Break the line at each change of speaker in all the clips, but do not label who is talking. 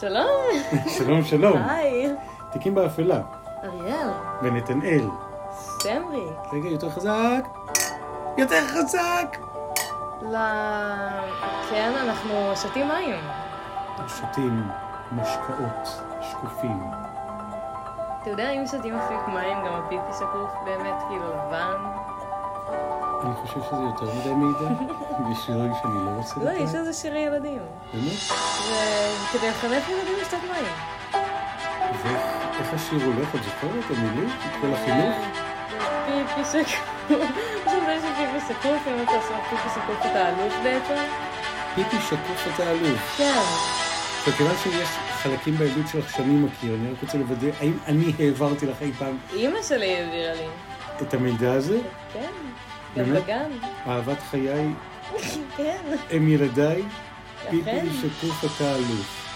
שלום.
שלום, שלום.
היי.
תיקים באפלה.
אריאל.
ונתנאל.
סמריק.
רגע, יותר חזק. יותר חזק!
ל... כן, אנחנו שותים מים.
שותים משקאות שקופים.
אתה יודע, אם שותים מפיק מים, גם הפיפי שקוף באמת כאילו לבן.
אני חושב שזה יותר מדי מידע. יש שירים שאני לא רוצה
לא, יש איזה שירי ילדים.
באמת?
וכדי לחנך ילדים לשתות מים.
ואיך השיר הולך? את זוכרת? המילים? את כל החינוך?
פיפי שקוף. עכשיו יש לי פיפי שקוף, אם אתה עושה פיפי שקוף אתה אלוף בעצם.
פיפי שקוף אתה אלוף.
כן.
עכשיו, כיוון שיש חלקים בעדות שלך שאני מכיר, אני רק רוצה לוודא, האם אני העברתי לך אי פעם
אימא שלי העבירה לי.
את המידע הזה?
כן. גם
באמת?
בגן.
אהבת חיי,
כן.
הם ילדיי,
אכן.
פיפי שקוף אתה אלוף.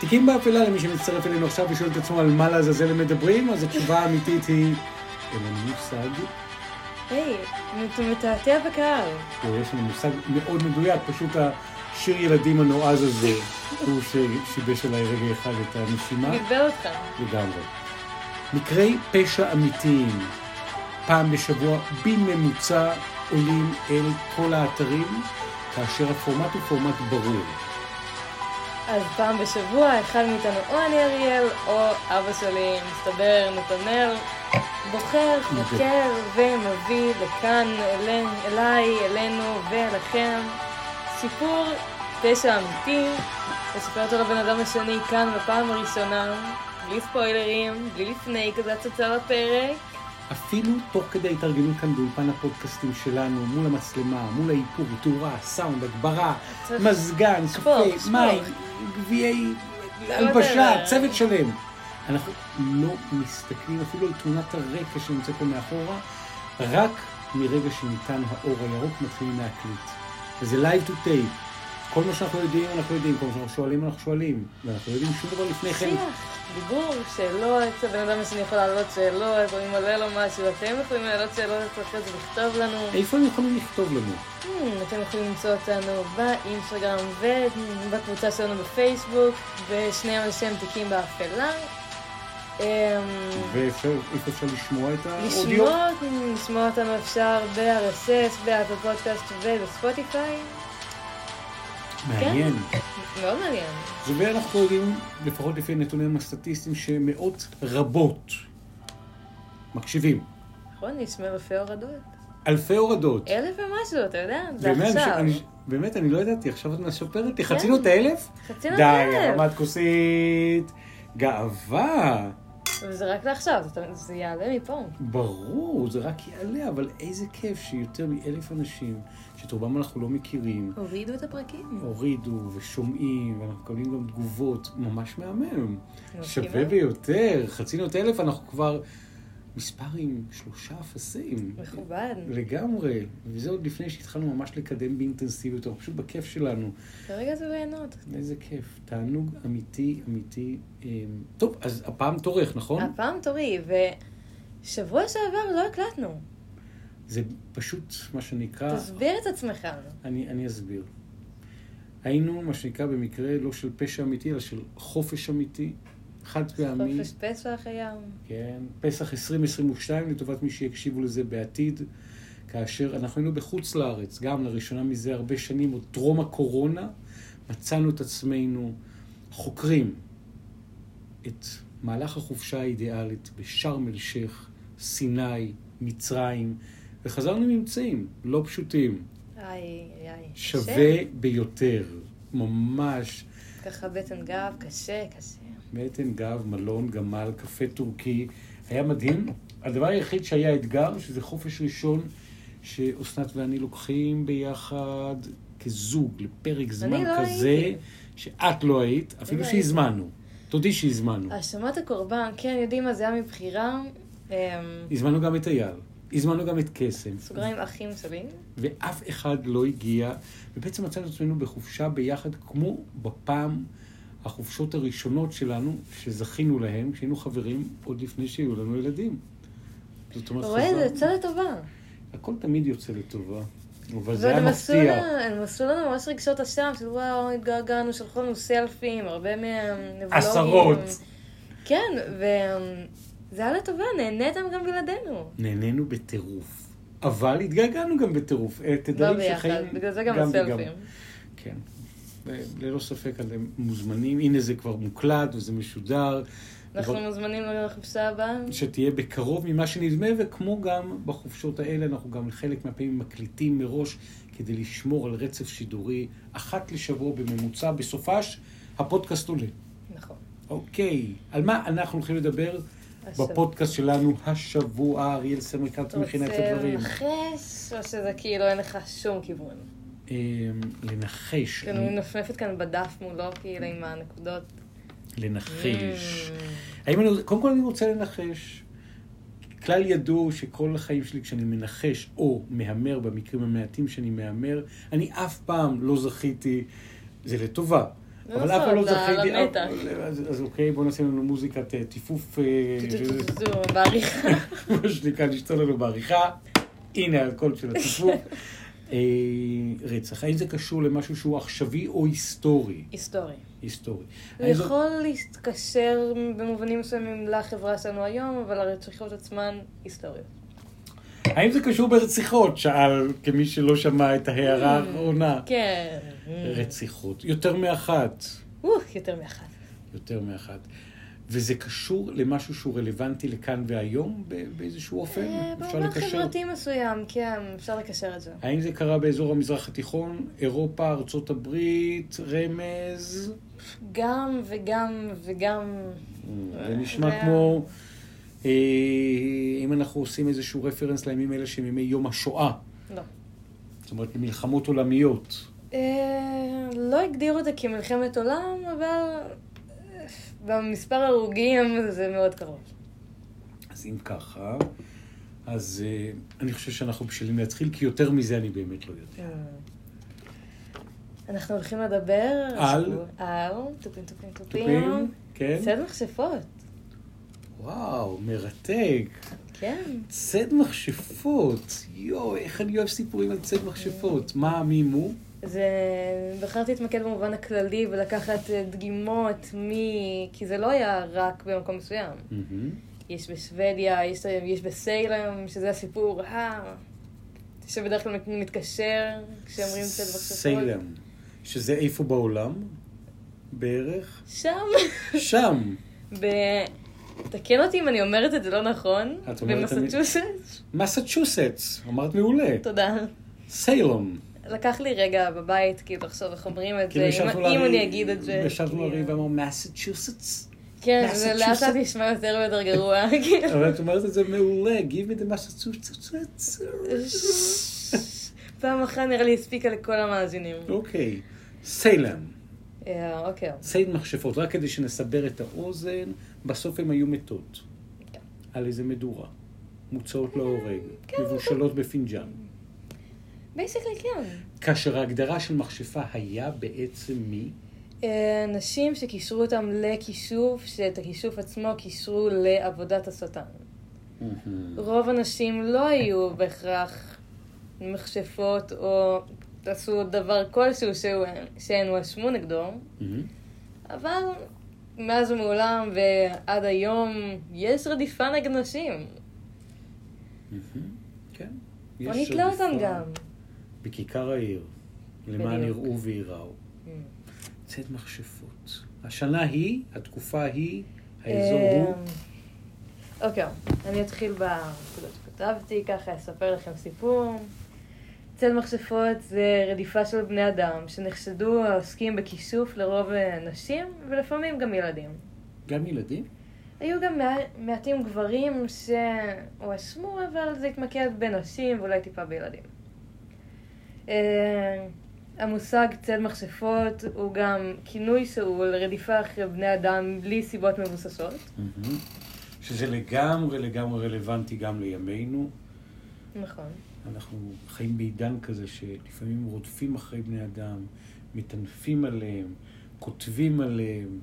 תיקים באפלה למי שמצטרף אלינו עכשיו ושואל את עצמו על מה לעזאזל הם מדברים, אז התשובה האמיתית היא, אין לנו מושג,
היי, אתה מתעתע בקהל.
או יש לנו מושג מאוד מדויק, פשוט השיר ילדים הנועז הזה, הוא ששיבש עליי רגע אחד את הנשימה.
בלבל אותך.
לגמרי. מקרי פשע אמיתיים, פעם בשבוע בממוצע עולים אל כל האתרים, כאשר הפורמט הוא פורמט ברור.
אז פעם בשבוע אחד מאיתנו או אני אריאל או אבא שלי, מסתבר, נתנאל, בוחר, חוקר ומביא לכאן, אלי- אליי, אלינו ולכם סיפור פשע אמיתי, מספר אותו לבן אדם השני כאן בפעם הראשונה, בלי ספוילרים, בלי לפני כזה הצצה לפרק.
אפילו תוך כדי התארגנות כאן באולפן הפודקאסטים שלנו, מול המצלמה, מול האיפור, תאורה, סאונד, הגברה,
צריך-
מזגן,
שפוך,
סופי,
שפוך.
מים, גביעי,
לא יודע.
הלבשה, צוות שלם. אנחנו לא מסתכלים אפילו על תמונת הרקע שנמצאת פה מאחורה, רק מרגע שניתן האור הירוק מתחילים להקליט. וזה live to tape. כל מה שאנחנו יודעים, אנחנו יודעים, כל מה שאנחנו שואלים, אנחנו שואלים. ואנחנו לא יודעים שום דבר לפני כן.
שיח, דיבור, שאלות, הבן אדם השני יכול להעלות שאלות, או אם עולה לו משהו, אתם יכולים להעלות שאלות אצלכם ולכתוב לנו.
איפה הם יכולים לכתוב לנו?
Hmm, אתם יכולים למצוא אותנו באינסטגרם ובקבוצה שלנו בפייסבוק, ושניהם לשם תיקים באפלה. אמ,
ואיפה איפה אפשר לשמוע את האודיו?
לשמוע לשמוע אותנו אפשר ב-RSS, באפל פודקאסט ובספוטיפיי.
מעניין.
מאוד מעניין.
כן. ואנחנו יודעים, לפחות לפי הנתונים הסטטיסטיים, שמאות רבות מקשיבים.
נכון, יש מלפי הורדות.
אלפי הורדות.
אלף ומשהו, אתה יודע? אה, זה
באמת,
עכשיו.
אני- באמת, אני לא ידעתי, עכשיו את מספרת לי.
כן.
חצינו את האלף?
חצי נותן.
די, הרמת כוסית. גאווה.
וזה רק לעכשיו, זאת- זה יעלה מפה.
ברור, זה רק יעלה, אבל איזה כיף שיותר מאלף אנשים, שאת רובם אנחנו לא מכירים,
הורידו את הפרקים.
הורידו ושומעים, ואנחנו מקבלים גם תגובות ממש מהמם.
אני
שווה
מסכימה.
ביותר, חצינו את האלף, אנחנו כבר מספר עם שלושה אפסים.
מכובד.
לגמרי, וזה עוד לפני שהתחלנו ממש לקדם באינטנסיביות, אנחנו פשוט בכיף שלנו.
כרגע זה ליהנות.
איזה כיף, תענוג אמיתי, אמיתי. אמ, טוב, אז הפעם תורך, נכון?
הפעם תורי, ושבוע שעבר לא הקלטנו.
זה פשוט מה שנקרא,
תסביר את עצמך.
אני, אני אסביר. היינו, מה שנקרא, במקרה לא של פשע אמיתי, אלא של חופש אמיתי, חד פעמי.
חופש פסח היה.
כן, פסח 2022 לטובת מי שיקשיבו לזה בעתיד, כאשר אנחנו היינו בחוץ לארץ, גם לראשונה מזה הרבה שנים, עוד טרום הקורונה, מצאנו את עצמנו חוקרים את מהלך החופשה האידיאלית בשארם א-שייח, סיני, מצרים, וחזרנו עם ממצאים לא פשוטים,
איי, איי, איי.
שווה ביותר, ממש.
קשה. ככה בטן גב, קשה, קשה.
בטן, גב, מלון, גמל, קפה טורקי. היה מדהים. הדבר היחיד שהיה אתגר, שזה חופש ראשון שאסנת ואני לוקחים ביחד כזוג לפרק זמן
לא
כזה,
הייתי.
שאת לא היית, אפילו
לא אה.
שהזמנו. תודי שהזמנו.
האשמת הקורבן, כן, יודעים מה זה היה מבחירה. אמ,
הזמנו גם את אייל, הזמנו גם את קסם,
סוגריים אחים שלי.
ואף אחד לא הגיע, ובעצם מצאנו את עצמנו בחופשה ביחד, כמו בפעם החופשות הראשונות שלנו, שזכינו להן, כשהיינו חברים עוד לפני שהיו לנו ילדים. זאת אומרת,
רואה,
חזר-
זה יצא לטובה.
הכל תמיד יוצא לטובה. אבל זה
ועוד
היה
הם עשו לנו,
מפתיע.
הם עשו לנו ממש רגשות אשם, של וואו, התגעגענו, שלחו לנו סלפים, הרבה מהם נבלוגים.
עשרות.
כן, וזה היה לטובה, נהניתם גם בלעדינו.
נהנינו בטירוף. אבל התגעגענו גם בטירוף. אה,
לא
תדרים
ביחד,
שחיים
בגלל זה גם
וגם.
הסלפים.
כן. ו- ללא ספק אתם מוזמנים. הנה זה כבר מוקלט וזה משודר.
אנחנו
אבל-
מוזמנים לחופשה הבאה.
שתהיה בקרוב ממה שנדמה, וכמו גם בחופשות האלה, אנחנו גם חלק מהפעמים מקליטים מראש כדי לשמור על רצף שידורי אחת לשבוע בממוצע. בסופש הפודקאסט עולה.
נכון.
אוקיי, על מה אנחנו הולכים לדבר
השבוע.
בפודקאסט שלנו השבוע, אריאל סמרקרץ מכינת הדברים.
רוצה לנחש, או שזה כאילו אין לך שום כיוון?
אמ, לנחש,
כאילו, אני מנפנפת כאן בדף מולו, כאילו, עם הנקודות. אה. Mm.
לנחש. האם אני, קודם כל אני רוצה לנחש. כלל ידוע שכל החיים שלי כשאני מנחש או מהמר, במקרים המעטים שאני מהמר, אני אף פעם לא זכיתי, זה לטובה.
לא
אבל
לעשות,
אף פעם לא
ל-
זכיתי, אף-
למתח.
אז אז אוקיי, בוא נעשה לנו מוזיקת אה, טיפוף, אה,
טו-טו-טו-טו, בעריכה.
מה שנקרא, לשתול לנו בעריכה. הנה הקול של הטיפוף. אה, רצח, האם זה קשור למשהו שהוא עכשווי או היסטורי?
היסטורי.
היסטורי.
הוא
האם זו-
יכול להתקשר במובנים מסוימים לחברה שלנו היום, אבל הרציחות עצמן היסטוריות.
האם זה קשור ברציחות? שאל כמי שלא שמע את ההערה
Mm,
האחרונה.
כן.
אה. רציחות. יותר מאחת.
אוח, יותר מאחד.
יותר מאחת. וזה קשור למשהו שהוא רלוונטי לכאן והיום ב- באיזשהו אופן?
אה,
אפשר
במובן
לקשר?
חברתי מסוים, כן, אפשר לקשר את זה.
האם זה קרה באזור המזרח התיכון, אירופה, ארצות הברית, רמז?
גם וגם וגם...
זה נשמע
זה-
כמו, אה, אם אנחנו עושים איזשהו רפרנס לימים אלה שהם ימי יום השואה,
לא.
זאת אומרת למלחמות עולמיות.
אה, לא הגדירו את זה כמלחמת עולם, אבל אה, במספר הרוגים זה מאוד קרוב.
אז אם ככה, אז אה, אני חושב שאנחנו בשלים להתחיל, כי יותר מזה אני באמת לא יודע.
אנחנו הולכים לדבר
על?
על טופים טופים טופים.
טופים? כן?
צד מכשפות,
וואו, מרתק.
כן.
צד מכשפות. יואו, איך אני אוהב סיפורים על צד
Mm.
מכשפות. מה, מי, מו?
זה... בחרתי להתמקד במובן הכללי ולקחת אה, דגימות מ... כי זה לא היה רק במקום מסוים.
מהמם. יש
יש בשוודיה, יש, יש בסיילם, שזה הסיפור ה... שבדרך כלל מת- מתקשר כשאומרים צד מכשפות.
סיילם. שזה איפה בעולם? בערך?
שם,
שם.
ב... תקן אותי אם אני אומרת את זה לא נכון.
את כן. אומרת תמיד-
במסצ'וסטס.
מסצ'וסטס, אמרת מעולה.
תודה.
סיילום.
לקח לי רגע בבית, כאילו, לחשוב איך אומרים את זה,
כאילו
אם
ישבנו
אם
לריב-
אני אגיד את זה.
ישבנו
כאילו.
לריב ואמרנו מסצ'וסטס.
כן, זה לאט לאט
מסצ'וסטס.
נשמע יותר ויותר גרוע, כאילו.
אבל את אומרת את זה מעולה, give me the מסצ'וסטס.
פעם אחת נראה לי הספיקה לכל המאזינים.
אוקיי, סיילם.
אה, אוקיי.
ציד מכשפות, רק כדי שנסבר את האוזן, בסוף הן היו מתות.
כן.
על איזה מדורה. מוצאות להורג, מבושלות בפינג'אן.
בייסקלי כן.
כאשר ההגדרה של מכשפה היה בעצם מי?
אה, נשים שקישרו אותם לכישוף, שאת הכישוף עצמו קישרו לעבודת השטן. רוב הנשים לא היו בהכרח מכשפות או עשו דבר כלשהו שהוא- שהן הואשמו נגדו,
מהמם.
אבל מאז ומעולם ועד היום יש רדיפה נגד נשים.
מהמם. כן.
או
יש
נתלה אותם
רדיפה
גם.
בכיכר העיר, למען
בדיוק.
יראו וייראו. ציד מכשפות. השנה היא, התקופה היא, האזור הוא...
אה, אוקיי, אני אתחיל בנקודות שכתבתי, ככה אספר לכם סיפור. צל מכשפות זה רדיפה של בני אדם שנחשדו העוסקים בכישוף לרוב אה, נשים ולפעמים גם ילדים.
גם ילדים?
היו גם מע... מעטים גברים שהואשמו, אבל זה התמקד בנשים ואולי טיפה בילדים. אה, המושג צל מכשפות הוא גם כינוי שאול לרדיפה אחרי בני אדם בלי סיבות מבוססות.
מהמם. שזה לגמרי לגמרי רלוונטי גם לימינו.
נכון.
אנחנו חיים בעידן כזה שלפעמים רודפים אחרי בני אדם, מטנפים עליהם, כותבים עליהם,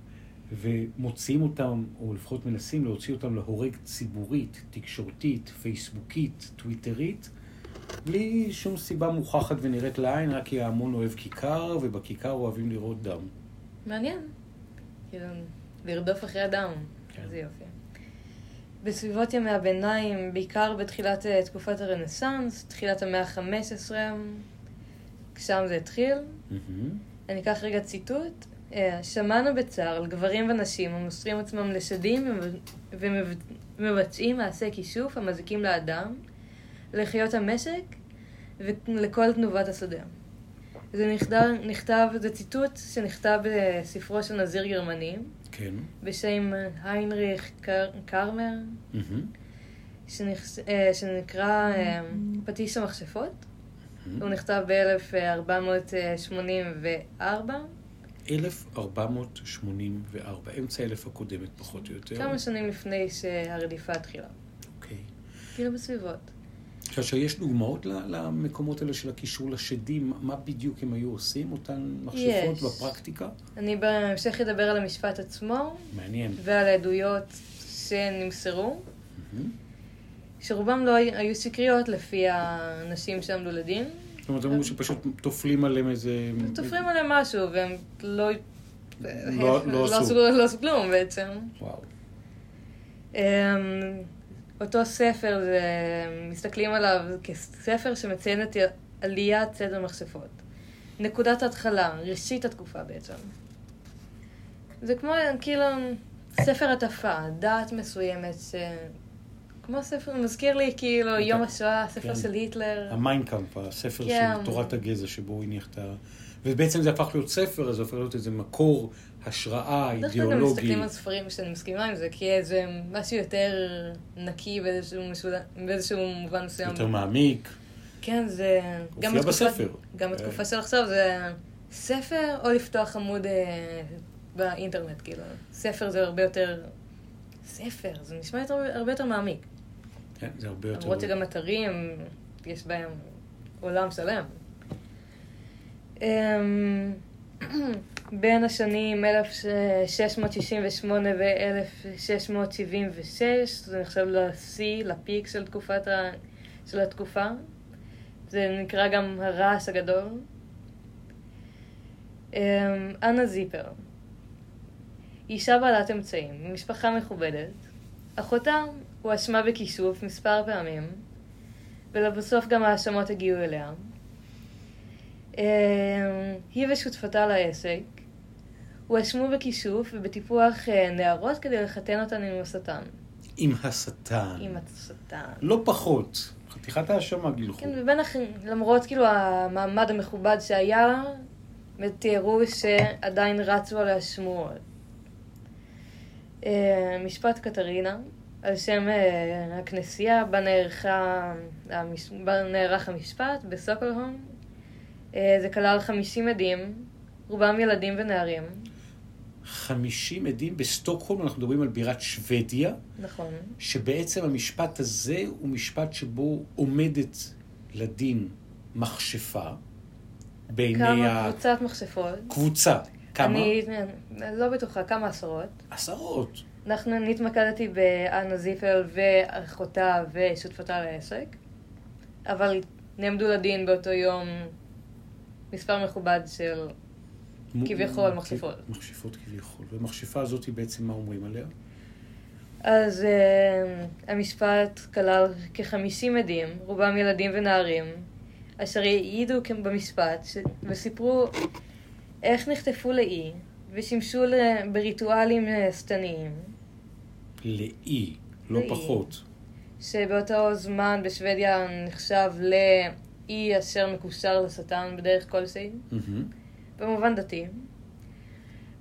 ומוציאים אותם, או לפחות מנסים להוציא אותם להורג ציבורית, תקשורתית, פייסבוקית, טוויטרית, בלי שום סיבה מוכחת ונראית לעין, רק כי ההמון אוהב כיכר, ובכיכר אוהבים לראות דם.
מעניין. כאילו, לרדוף אחרי הדם.
כן.
איזה יופי. בסביבות ימי הביניים, בעיקר בתחילת אה, תקופת הרנסאנס, תחילת המאה ה-15, שם זה התחיל.
מהמם.
אני אקח רגע ציטוט. אה, שמענו בצער על גברים ונשים המוסרים עצמם לשדים ומב- ומבצעים מעשי כישוף המזיקים לאדם, לחיות המשק ולכל תנובת השדה. זה נכתב, נכתב, זה ציטוט שנכתב בספרו של נזיר גרמני
כן.
בשם היינריך קר, קרמר,
מהמם.
שנכס, אה, שנקרא אה, פטיש המכשפות. הוא
Mm-hmm.
נכתב ב-1484.
1484, אמצע אלף הקודמת פחות או יותר.
כמה שנים לפני שהרדיפה התחילה.
אוקיי.
כאילו בסביבות.
עכשיו, יש דוגמאות ל- למקומות האלה של הקישור לשדים? מה בדיוק הם היו עושים, אותן מכשפות
יש.
בפרקטיקה?
אני בהמשך אדבר על המשפט עצמו
מעניין.
ועל העדויות שנמסרו,
מהמם.
שרובם לא הי- היו שקריות לפי הנשים שעמדו לדין.
זאת אומרת, אמרו שפשוט טופלים עליהם איזה...
תופרים עליהם משהו והם לא...
לא- לא עשו.
לא עשו כלום בעצם.
וואו.
אמ, אותו ספר, זה, מסתכלים עליו כספר שמציין את עליית צד המכשפות. נקודת ההתחלה, ראשית התקופה בעצם. זה כמו, כאילו, ספר הטפה, דעת מסוימת, ש... כמו ספר, מזכיר לי כאילו יום השואה, ספר
כן.
של היטלר.
המיינקאמפ, הספר
כן.
של תורת הגזע שבו הוא הניח את ה... ובעצם זה הפך להיות ספר, אז זה הופך להיות איזה מקור השראה,
דרך כלל גם
אידיאולוגי.
מסתכלים על ספרים שאני מסכימה עם זה, כי זה משהו יותר נקי באיזשהו, משוד... באיזשהו מובן מסוים.
יותר מעמיק.
כן, זה...
הופיע
גם בתקופה-
בספר.
גם בתקופה של עכשיו זה ספר או לפתוח עמוד אה, באינטרנט, כאילו. ספר זה הרבה יותר... ספר, זה נשמע יותר, הרבה יותר מעמיק.
כן, זה הרבה יותר...
למרות שגם אתרים, יש בהם עולם שלם. אמ, בין השנים 1668 ו-1676, זה נחשב לשיא, לפיק של תקופת ה... של התקופה. זה נקרא גם הרעש הגדול. אמ, אנה זיפר, אישה בעלת אמצעים, משפחה מכובדת. אחותה הואשמה בכישוף מספר פעמים, ולבסוף גם ההאשמות הגיעו אליה. אמ, היא ושותפתה לעסק הואשמו בכישוף ובטיפוח אה, נערות כדי לחתן אותן עם השטן.
עם השטן.
עם השטן.
לא פחות. חתיכת האשמה גילחו.
כן, ובין הכ... למרות כאילו המעמד המכובד שהיה לה, ותיארו שעדיין רצו עליה שמועות. אה, משפט קטרינה, על שם אה, הכנסייה, בה נערכה המש... בה נערך המשפט בסוקולהום. אה, זה כלל 50 עדים, רובם ילדים ונערים.
50 עדים בסטוקהולם, אנחנו מדברים על בירת שוודיה,
נכון.
שבעצם המשפט הזה הוא משפט שבו עומדת לדין מכשפה בעיני
כמה קבוצת מכשפות.
הקבוצה. כמה?
אני לא בטוחה, כמה עשרות.
עשרות.
אנחנו, אני התמקדתי באנה זיפל ואחותה ושותפתה לעסק, אבל נעמדו לדין באותו יום מספר מכובד של... כביכול, מכשפות.
כן, מכשפות כביכול. והמכשפה הזאת היא בעצם, מה אומרים עליה?
אז uh, המשפט כלל כ-50 עדים, רובם ילדים ונערים, אשר העידו כ- במשפט ש... וסיפרו איך נחטפו לאי ושימשו ל... בריטואלים אה, שטניים,
לאי, לא
לאי.
פחות.
שבאותו זמן בשוודיה נחשב לאי אשר מקושר לשטן בדרך כלשהי.
מהמם.
במובן דתי.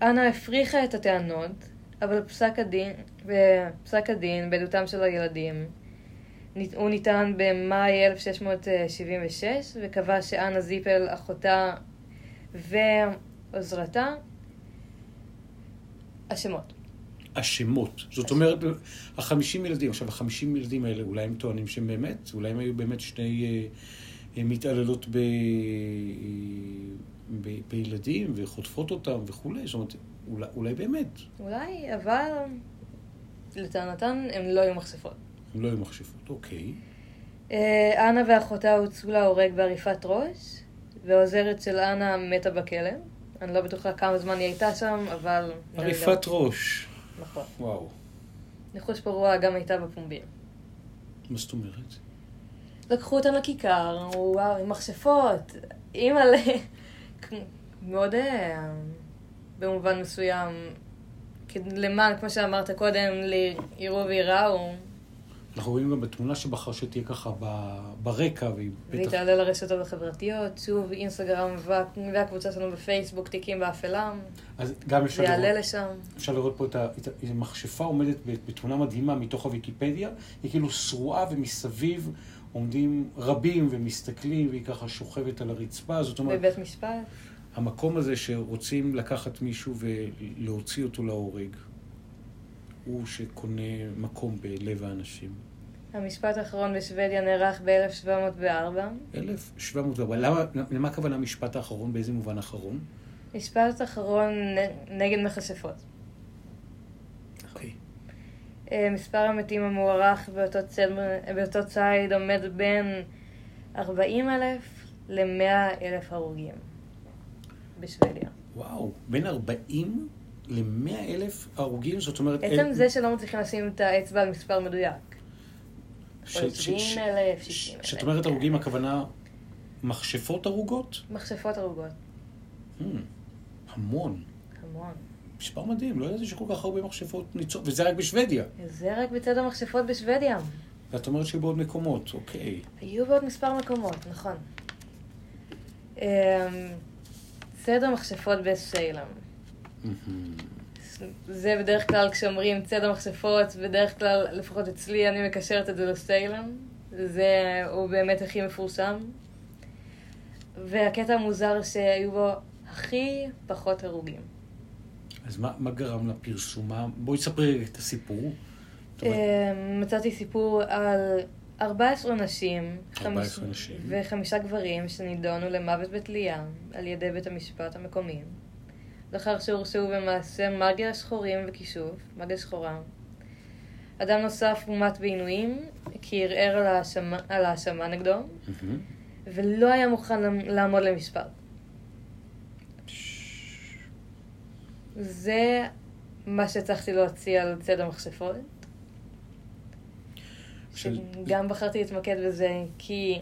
אנה הפריכה את הטענות, אבל פסק הדין, בפסק הדין בעדותם של הילדים, נית- הוא ניתן במאי 1676, וקבע שאנה זיפל, אחותה ועוזרתה, אשמות.
השמות. זאת אומרת, החמישים ילדים, עכשיו, החמישים ילדים האלה, אולי הם טוענים שהם באמת, אולי הם היו באמת שני אה, אה, מתעללות ב... אה, ב... בילדים וחוטפות אותם וכולי, זאת אומרת, אולי, אולי באמת,
אולי, אבל לטענתן הן לא היו מחשפות.
הם לא היו מכשפות. אוקיי.
אמ, אה, אנה ואחותה הוצאו להורג בעריפת ראש, והעוזרת של אנה מתה בכלא. אני לא בטוחה כמה זמן היא הייתה שם, אבל...
עריפת
לא.
ראש.
נכון.
וואו.
ניחוש פרוע גם הייתה בפומבי.
מה זאת אומרת?
לקחו אותם לכיכר, אמרו, וואו, עם מכשפות, אימא'לה. מאוד, אה, במובן מסוים, כד- למען, כמו שאמרת קודם, ליראו וייראו,
אנחנו רואים גם בתמונה שבחר שתהיה ככה ב- ברקע, והיא
והיא
בטח...
תעלה לרשתות החברתיות, שוב אינסטגרם וה- והקבוצה שלנו בפייסבוק, תיקים באפלה,
אז גם אפשר
זה יעלה
לראות,
לשם.
אפשר לראות פה את ה- את ה- איזה מכשפה עומדת ב- בתמונה מדהימה מתוך הוויקיפדיה, היא כאילו שרועה ומסביב עומדים רבים ומסתכלים, והיא ככה שוכבת על הרצפה, זאת אומרת,
בבית משפט,
המקום הזה שרוצים לקחת מישהו ולהוציא אותו להורג, הוא שקונה מקום בלב האנשים.
המשפט האחרון בשוודיה נערך ב-1704.
1704, למה, למה הכוונה המשפט האחרון, באיזה מובן אחרון?
משפט אחרון נ- נגד מכשפות.
אוקיי.
אה, מספר המתים המוערך באותו, צד, באותו ציד עומד בין 40 אלף ל-100 אלף הרוגים בשוודיה.
אה, וואו, בין 40 ל-100 אלף הרוגים, זאת אומרת...
עצם
אל-
זה שלא מצליחים לשים את האצבע על מספר מדויק.
ש-
או
ש-
20
ש-
אלף,
ש-
60 אלף.
כשאת אומרת הרוגים, הכוונה מכשפות הרוגות?
מכשפות הרוגות,
Hmm, המון.
המון.
מספר מדהים, לא ידעתי שכל כך הרבה מכשפות ניצור, וזה רק בשוודיה.
זה רק בצד המכשפות בשוודיה.
ואת אומרת שהיו בעוד מקומות, אוקיי.
היו בעוד מספר מקומות, נכון. אה, צד המכשפות בסיילם.
Hmm. מהמם.
זה בדרך כלל כשאומרים צד המכשפות, בדרך כלל, לפחות אצלי, אני מקשרת את זה לסיילם. זה, הוא באמת הכי מפורסם. והקטע המוזר שהיו בו הכי פחות הרוגים.
אז מה, מה גרם לפרסומה? בואי תספרי רגע את הסיפור. זאת אומרת,
אה, מצאתי סיפור על 14 נשים
14
חמיש-
נשים.
וחמישה גברים שנידונו למוות בתלייה על ידי בית המשפט המקומי, לאחר שהורשעו במעשה מגיה שחורים וכישוף, מגיה שחורה. אדם נוסף הומת בעינויים, כי ערער על ההאשמה- על ההאשמה נגדו,
מהמם.
ולא היה מוכן למ- לעמוד למשפט. זה מה שהצלחתי להוציא על צד המכשפות.
של-
שגם בחרתי להתמקד בזה, כי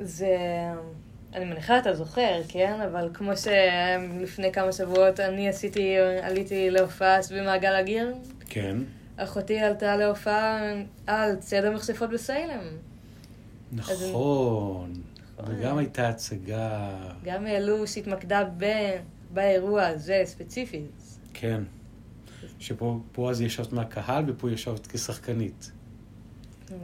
זה... אני מניחה אתה זוכר, כן? אבל כמו שלפני כמה שבועות אני עשיתי, עליתי להופעה סביב מעגל הגיר,
כן,
אחותי עלתה להופעה על צד המכשפות בסיילם.
נכון. וגם הייתה הצגה,
גם העלו שהתמקדה ב... באירוע הזה ספציפית.
כן. שפה פה אז ישבת מהקהל ופה ישבת כשחקנית.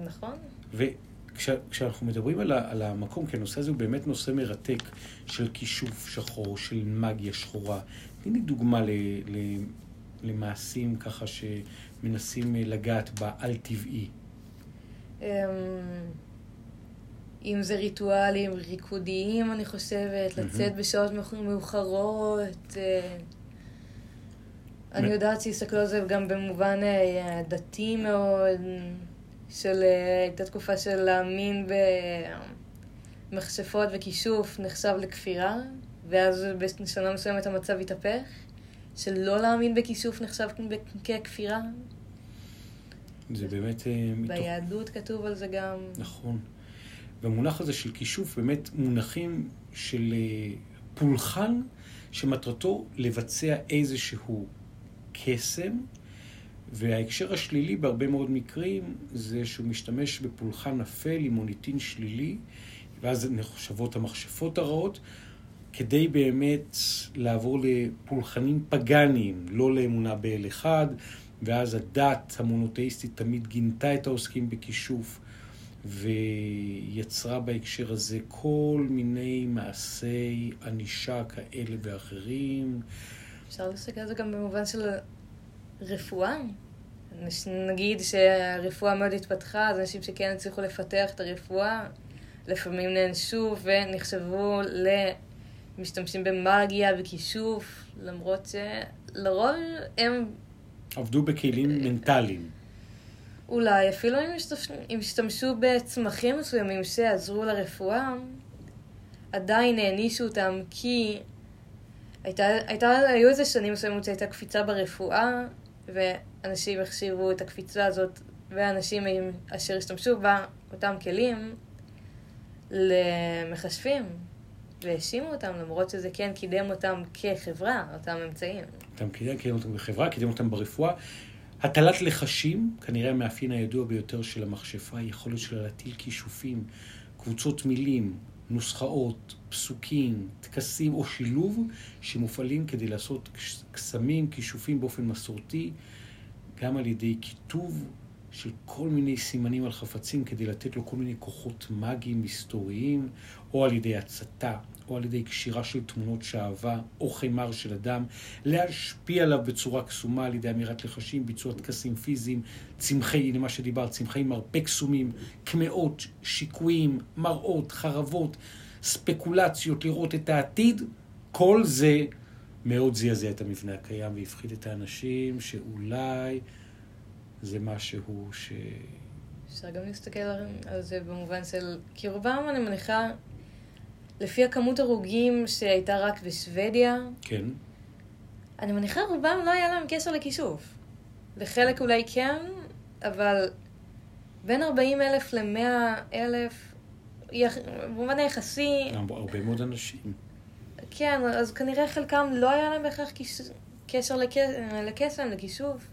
נכון?
וכשאנחנו מדברים על, ה, על המקום, כי הנושא הזה הוא באמת נושא מרתק של כישוף שחור, של מגיה שחורה. תני לי דוגמה ל, ל, למעשים ככה שמנסים אה, לגעת בעל-טבעי.
אמ, אם זה ריטואלים ריקודיים, אני חושבת, לצאת בשעות מאוח- מאוחרות. אה, אני
מ-
יודעת שהסתכלו על זה גם במובן אה, דתי מאוד, של אה, הייתה תקופה של להאמין במכשפות וכישוף נחשב לכפירה, ואז בשנה מסוימת המצב התהפך, שלא להאמין בכישוף נחשב כ- ככפירה.
זה באמת אה, מתוך...
ביהדות כתוב על זה גם.
נכון. והמונח הזה של כישוף באמת מונחים של אה, פולחן שמטרתו לבצע איזשהו קסם, וההקשר השלילי בהרבה מאוד מקרים זה שהוא משתמש בפולחן אפל עם מוניטין שלילי, ואז נחשבות המכשפות הרעות, כדי באמת לעבור לפולחנים פגאניים, לא לאמונה באל אחד, ואז הדת המונותאיסטית תמיד גינתה את העוסקים בכישוף. ויצרה בהקשר הזה כל מיני מעשי ענישה כאלה ואחרים.
אפשר להסתכל על זה גם במובן של רפואה. נש- נגיד שהרפואה מאוד התפתחה, אז אנשים שכן הצליחו לפתח את הרפואה, לפעמים נענשו ונחשבו למשתמשים במאגיה וכישוף, למרות שלרוב הם
עבדו בכלים מנטליים.
אולי אפילו אם ישתמש- אם ישתמשו בצמחים מסוימים שיעזרו לרפואה, עדיין הענישו אותם כי הייתה, הייתה, היו איזה שנים מסוימות שהייתה קפיצה ברפואה, ואנשים החשיבו את הקפיצה הזאת, ואנשים עם- אשר השתמשו בה, אותם כלים, למחשבים, והאשימו אותם, למרות שזה כן קידם אותם כחברה, אותם אמצעים.
אתם קידם- קידם אותם בחברה, קידם אותם ברפואה. הטלת לחשים, כנראה המאפיין הידוע ביותר של המכשפה, היא היכולת שלה להטיל כישופים, קבוצות מילים, נוסחאות, פסוקים, טקסים או שילוב שמופעלים כדי לעשות קש- קסמים, כישופים באופן מסורתי, גם על ידי כיתוב של כל מיני סימנים על חפצים כדי לתת לו כל מיני כוחות מאגיים מסתוריים, או על ידי הצתה, או על ידי קשירה של תמונות שעווה, או חמר של אדם, להשפיע עליו בצורה קסומה על ידי אמירת לחשים, ביצוע טקסים פיזיים, צמחי, הנה מה שדיברת, צמחי מרפא קסומים, קמעות, שיקויים, מראות, חרבות, ספקולציות, לראות את העתיד, כל זה מאוד זעזע את המבנה הקיים והפחיד את האנשים שאולי זה משהו ש...
אפשר גם להסתכל על זה במובן של... כי רובם, אני מניחה, לפי הכמות הרוגים שהייתה רק בשוודיה,
כן,
אני מניחה רובם לא היה להם קשר לכישוף. לחלק אולי כן, אבל בין 40 אלף ל-100 אלף, יח... במובן היחסי,
הרבה מאוד אנשים.
כן, אז כנראה חלקם לא היה להם בהכרח כיש... קשר אה, לכ... לקסם, לכישוף.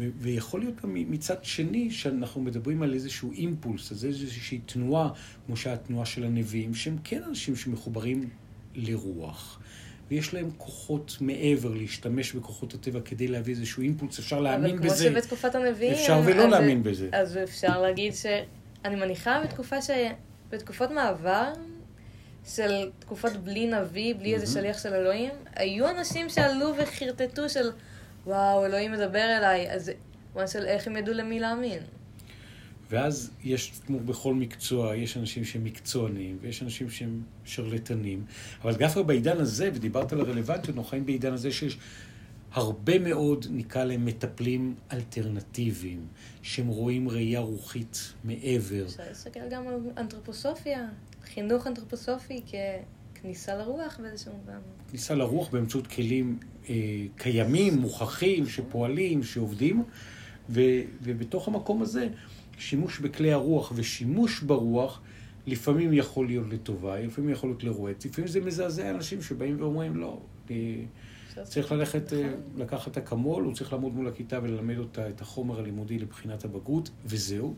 ו- ויכול להיות גם מצד שני, שאנחנו מדברים על איזשהו אימפולס, אז איזושהי תנועה, כמו שהתנועה של הנביאים, שהם כן אנשים שמחוברים לרוח. ויש להם כוחות מעבר להשתמש בכוחות הטבע כדי להביא איזשהו אימפולס, אפשר להאמין
אבל כמו
בזה.
שבתקופת הנביאים...
אפשר ולא
אז-
להאמין בזה.
אז אפשר להגיד שאני מניחה בתקופה ש... בתקופות מעבר, של תקופות בלי נביא, בלי איזה
מהמם.
שליח של אלוהים, היו אנשים שעלו וחרטטו של, וואו, אלוהים מדבר אליי, אז מה של איך הם ידעו למי להאמין.
כן. ואז יש, כמו בכל מקצוע, יש אנשים שהם מקצוענים, ויש אנשים שהם שרלטנים. אבל דווקא בעידן הזה, ודיברת על הרלוונטיות, אנחנו חיים בעידן הזה שיש הרבה מאוד, נקרא להם, מטפלים אלטרנטיביים, שהם רואים ראייה רוחית מעבר.
אפשר להסתכל גם על אנתרופוסופיה, חינוך אנתרופוסופי ככניסה לרוח באיזשהו מובן.
כניסה לרוח באמצעות כלים אה, קיימים, מוכחים, שפועלים, שעובדים, ו, ובתוך המקום הזה, שימוש בכלי הרוח ושימוש ברוח, לפעמים יכול להיות לטובה, לפעמים יכול להיות לרועץ, לפעמים זה מזעזע אנשים שבאים ואומרים, לא, אה,
אפשר
צריך ללכת, אה,
נכון.
לקחת אקמול, הוא צריך לעמוד מול הכיתה וללמד אותה את החומר הלימודי לבחינת הבגרות, וזהו.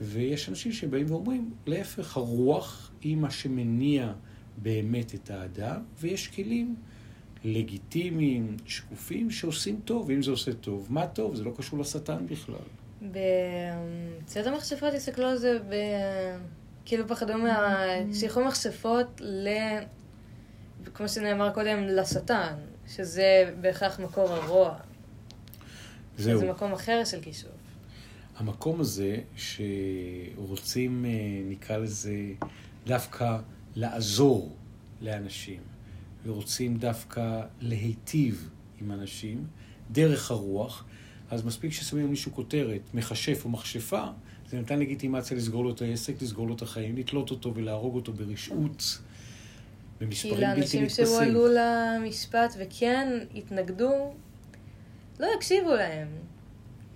ויש אנשים שבאים ואומרים, להפך, הרוח היא מה שמניע באמת את האדם, ויש כלים לגיטימיים, שקופים, שעושים טוב. אם זה עושה טוב, מה טוב? זה לא קשור לשטן בכלל.
בצד המכשפות הסתכלו על זה ב... כאילו פחדו מה... שייכו מכשפות ל... כמו שנאמר קודם, לשטן, שזה בהכרח מקור הרוע.
זהו.
זה מקום אחר של כישוף.
המקום הזה שרוצים, אה, נקרא לזה, דווקא לעזור לאנשים, ורוצים דווקא להיטיב עם אנשים דרך הרוח, אז מספיק ששמים על מישהו כותרת, מכשף או מכשפה, זה נתן לגיטימציה לסגור לו את העסק, לסגור לו את החיים, לתלות אותו ולהרוג אותו ברשעות,
כי
במספרים בלתי
לאנשים
נתפסים.
כאילו שהועלו למשפט וכן התנגדו, לא יקשיבו להם.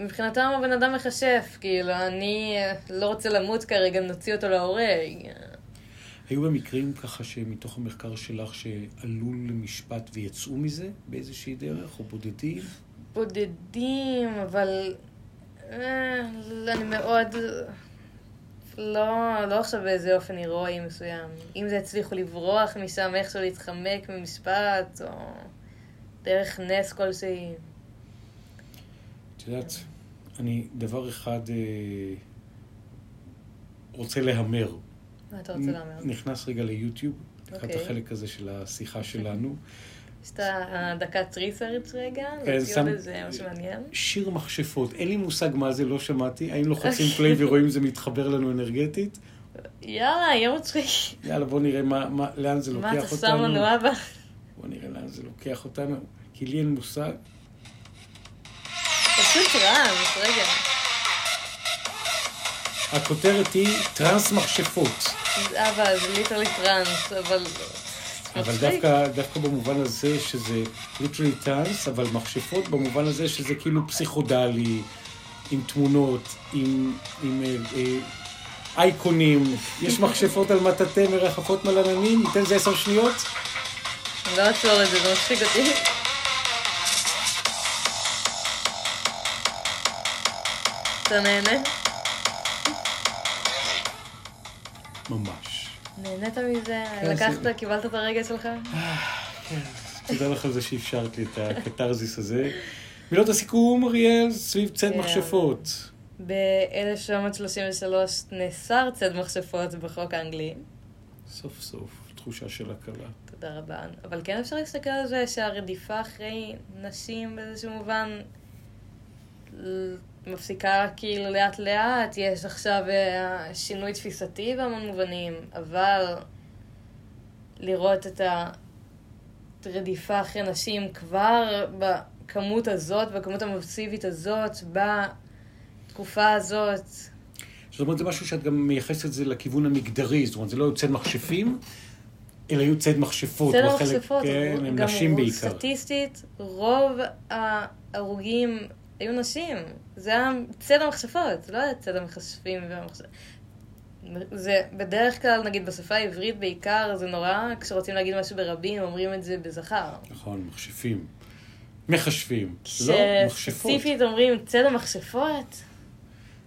מבחינתם הבן אדם מכשף, כאילו, אני אה, לא רוצה למות כרגע, נוציא אותו להורג.
היו במקרים ככה שמתוך המחקר שלך שעלו למשפט ויצאו מזה באיזושהי דרך, או בודדים?
בודדים, אבל אה, אני מאוד לא, לא עכשיו באיזה אופן הירואי מסוים. אם זה הצליחו לברוח משם, איכשהו להתחמק ממשפט, או דרך נס כלשהי.
את יודעת, אני דבר אחד אה, רוצה להמר.
מה אתה רוצה לומר?
נכנס רגע ליוטיוב, לקראת
אוקיי.
החלק הזה של השיחה שלנו.
יש את הדקת ריסרצ' רגע?
כן,
להציע
שם-
לזה משהו מעניין?
שיר מכשפות, אין לי מושג מה זה, לא שמעתי. האם לוחצים פליי ורואים אם זה מתחבר לנו אנרגטית?
יאללה, יהיה מצחיק.
יאללה, בוא נראה מה, מה, לאן זה
מה אתה
לוקח
שם
אותנו.
לנו, אבא?
בוא נראה לאן זה לוקח אותנו, כי לי אין מושג.
פשוט רעש, רגע.
הכותרת היא טרנס מכשפות.
אבל זה ליטרלי טראנס, אבל...
אבל
מצחיק.
דווקא, דווקא במובן הזה שזה ליטרלי טאנס, אבל מכשפות במובן הזה שזה כאילו פסיכודלי, עם תמונות, עם, עם אה, אה, אייקונים, יש מכשפות על מטאטא מרחפות מלננים, ניתן לזה עשר שניות?
לא אעצור את זה, זה מצחיק אותי. אתה נהנה?
ממש.
נהנית מזה?
כן, זה-
לקחת, קיבלת את הרגע שלך?
תודה לך על זה שאפשרת לי את הקתרזיס הזה. מילות הסיכום, אריאל, סביב צד
כן.
מכשפות.
ב-1933 נאסר צד מכשפות בחוק האנגלי.
סוף סוף, תחושה של הקלה.
תודה רבה. אבל כן אפשר להסתכל על זה שהרדיפה אחרי נשים באיזשהו מובן ל- מפסיקה כאילו לאט לאט, יש עכשיו אה, שינוי תפיסתי בהמון מובנים, אבל לראות את הרדיפה אחרי נשים כבר בכמות הזאת, בכמות המסיבית הזאת, בתקופה הזאת,
זאת אומרת, זה משהו שאת גם מייחסת את זה לכיוון המגדרי, זאת אומרת, זה לא היו צד מכשפים, אלא היו צד מכשפות.
סדר
בחלק-
המחשפות,
כן, הם
גם
נשים
הוא-
בעיקר.
סטטיסטית, רוב ההרוגים היו נשים. זה היה צד המכשפות, זה לא היה צד המכשפים והמכשפים. זה בדרך כלל, נגיד בשפה העברית בעיקר, זה נורא, כשרוצים להגיד משהו ברבים, אומרים את זה בזכר.
נכון, מכשפים. מחשבים. לא, מכשפות.
כשספציפית אומרים צד המכשפות,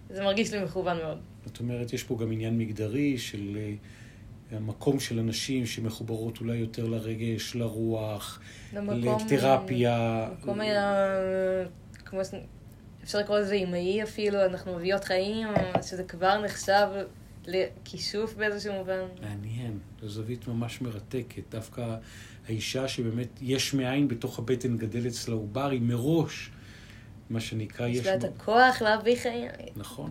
זה מרגיש לי מכוון מאוד.
זאת אומרת, יש פה גם עניין מגדרי של אה, המקום של הנשים שמחוברות אולי יותר לרגש, לרוח,
למקום-
לתרפיה.
המקום היה, כמו ש... אפשר לקרוא לזה אימהי אפילו, אנחנו מביאות חיים, שזה כבר נחשב לכישוף באיזשהו מובן.
מעניין, זו זווית ממש מרתקת. דווקא האישה שבאמת יש מאין בתוך הבטן גדל אצלה עובר, היא מראש, מה שנקרא, אה, יש...
יש לה את
בה-
הכוח להביא חיים.
נכון.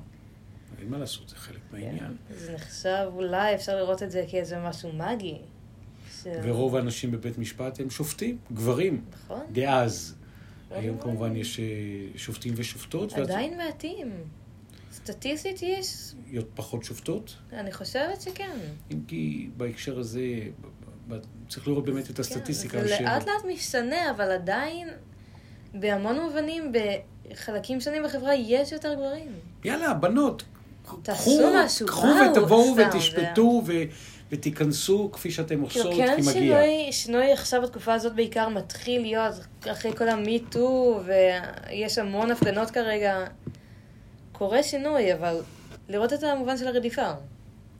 אין מה לעשות, זה
כן.
חלק מהעניין.
זה נחשב, אולי אפשר לראות את זה כאיזה משהו מאגי. ש-
ורוב האנשים בבית משפט הם שופטים, גברים,
נכון?
דאז.
לא
היום
נורא.
כמובן יש אה, שופטים ושופטות. ואת-
עדיין מעטים. סטטיסטית יש,
להיות פחות שופטות,
אני חושבת שכן.
אם כי בהקשר הזה, ב- ב- צריך לראות באמת את הסטטיסטיקה.
כן, זה
של-
לאט לאט משתנה, אבל עדיין בהמון מובנים, בחלקים שונים בחברה יש יותר גברים.
יאללה, בנות,
תעשו
קחו,
משהו,
קחו
וואו,
ותבואו
סתם,
ותשפטו ו... ותיכנסו כפי שאתם
כאילו
עושות,
כן
כי מגיע.
שינוי, שינוי עכשיו בתקופה הזאת בעיקר מתחיל להיות אחרי כל המיטו, ויש המון הפגנות כרגע. קורה שינוי, אבל לראות את המובן של הרדיפה.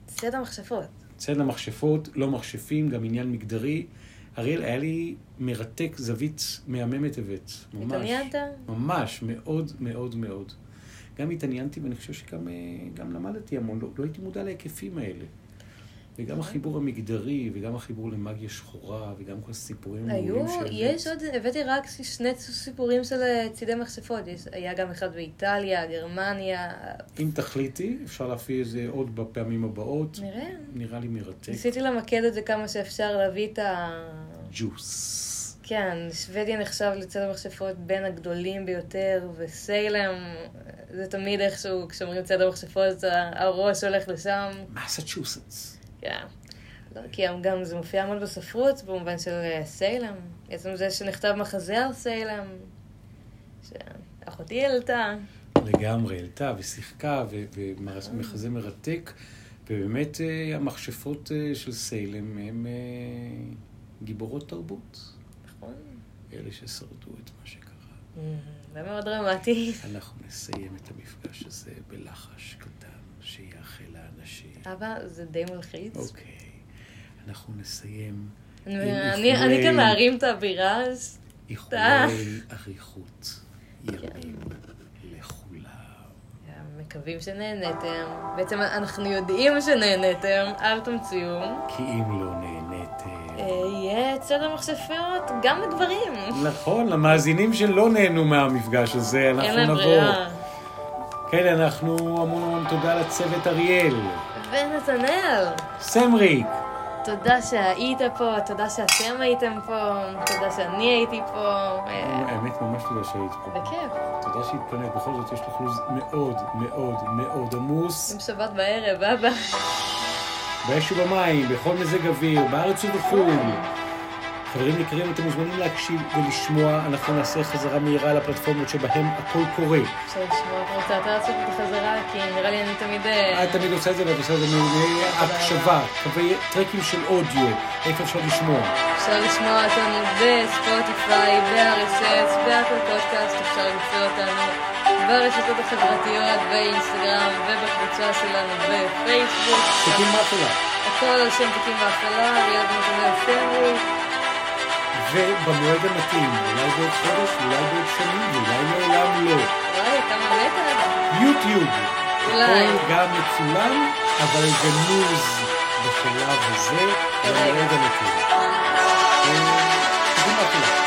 סדר המכשפות.
צד המכשפות, לא מכשפים, גם עניין מגדרי. אריאל, היה לי מרתק זווית מהממת הבאת. ממש.
התעניינת?
ממש, מאוד מאוד מאוד. גם התעניינתי, ואני חושב שגם אה, גם למדתי המון. לא, לא הייתי מודע להיקפים האלה. וגם
נכון.
החיבור המגדרי, וגם החיבור למאגיה שחורה, וגם כל הסיפורים
היו,
המעולים שהבאת.
יש עוד, הבאתי רק שני סיפורים של אה, צידי מכשפות. יש- היה גם אחד באיטליה, גרמניה,
אם תחליטי, אפשר להפעיל את זה עוד בפעמים הבאות.
נראה.
נראה לי מרתק.
ניסיתי למקד את זה כמה שאפשר, להביא את ה...
ג'וס.
כן, שוודיה נחשב לצד המכשפות בין הגדולים ביותר, וסיילם, זה תמיד איכשהו, כשאומרים צד המכשפות, ה- הראש הולך לשם.
מסצ'וסטס.
כן. לא, כי הם גם זה מופיע המון בספרות, במובן של אה, סיילם. עצם זה שנכתב מחזה על סיילם, שאחותי העלתה.
לגמרי, העלתה ושיחקה, ו- ומחזה מרתק. ובאמת אה, המכשפות אה, של סיילם הן אה, גיבורות תרבות.
נכון?
אלה ששרדו את מה שקרה.
Mm, זה מאוד דרמטי.
אנחנו נסיים את המפגש הזה בלחש קטן שיאחל לאנשים.
אבא, זה די מלחיץ.
אוקיי, אנחנו נסיים
אני-
עם
אני אני
איחולי-
כאן להרים את הבירה, אז אה.
איחולי אריכות
כן.
ימים לכולם.
מקווים שנהנתם. בעצם אנחנו יודעים שנהנתם, אל תמציאו.
כי אם לא נהניתם...
אה, יהיה צד המכשפות גם לגברים.
נכון, למאזינים שלא נהנו מהמפגש הזה, אנחנו
אין
נבוא.
להם ברירה.
כן, אנחנו המון המון תודה לצוות אריאל,
ונתנאל. אה.
סמריק,
תודה שהיית פה, תודה שאתם הייתם פה, תודה שאני הייתי פה. אה,
האמת, ממש תודה שהיית פה.
בכיף,
תודה שהתפנית. בכל זאת, יש לך לו"ז מאוד מאוד מאוד עמוס.
עם שבת בערב, אבא.
באש ובמים, בכל מזג אוויר, בארץ ובחו"ל. חברים יקרים, אתם מוזמנים להקשיב ולשמוע. אנחנו נעשה חזרה מהירה לפלטפורמות שבהן הכל קורה.
שנשמע, אתה רוצה אתה לעשות אותי חזרה? כי נראה לי אני תמיד... אה,
את תמיד עושה את זה ואת עושה את זה מהקשבה, קווי טרקים של אודיו, איפה אפשר לשמוע.
אפשר לשמוע אותנו בספוטיפיי, ב-RSS, באפל פודקאסט, אפשר למצוא אותנו ברשתות החברתיות, באינסטגרם ובקבוצה שלנו בפייסבוק.
תגיד מה קורה.
הכל על שם תיקים והפעלה, אריאל בנתנאל סמרי.
ובמועד המתאים, אולי בעוד חודש, אולי בעוד שנים, ואולי לעולם לא.
וואי, כמה מתח.
יוטיוב.
אולי.
הכל גם מצולם, אבל זה מוז בשלב הזה, במועד המתאים. אה, תגיד מה קורה.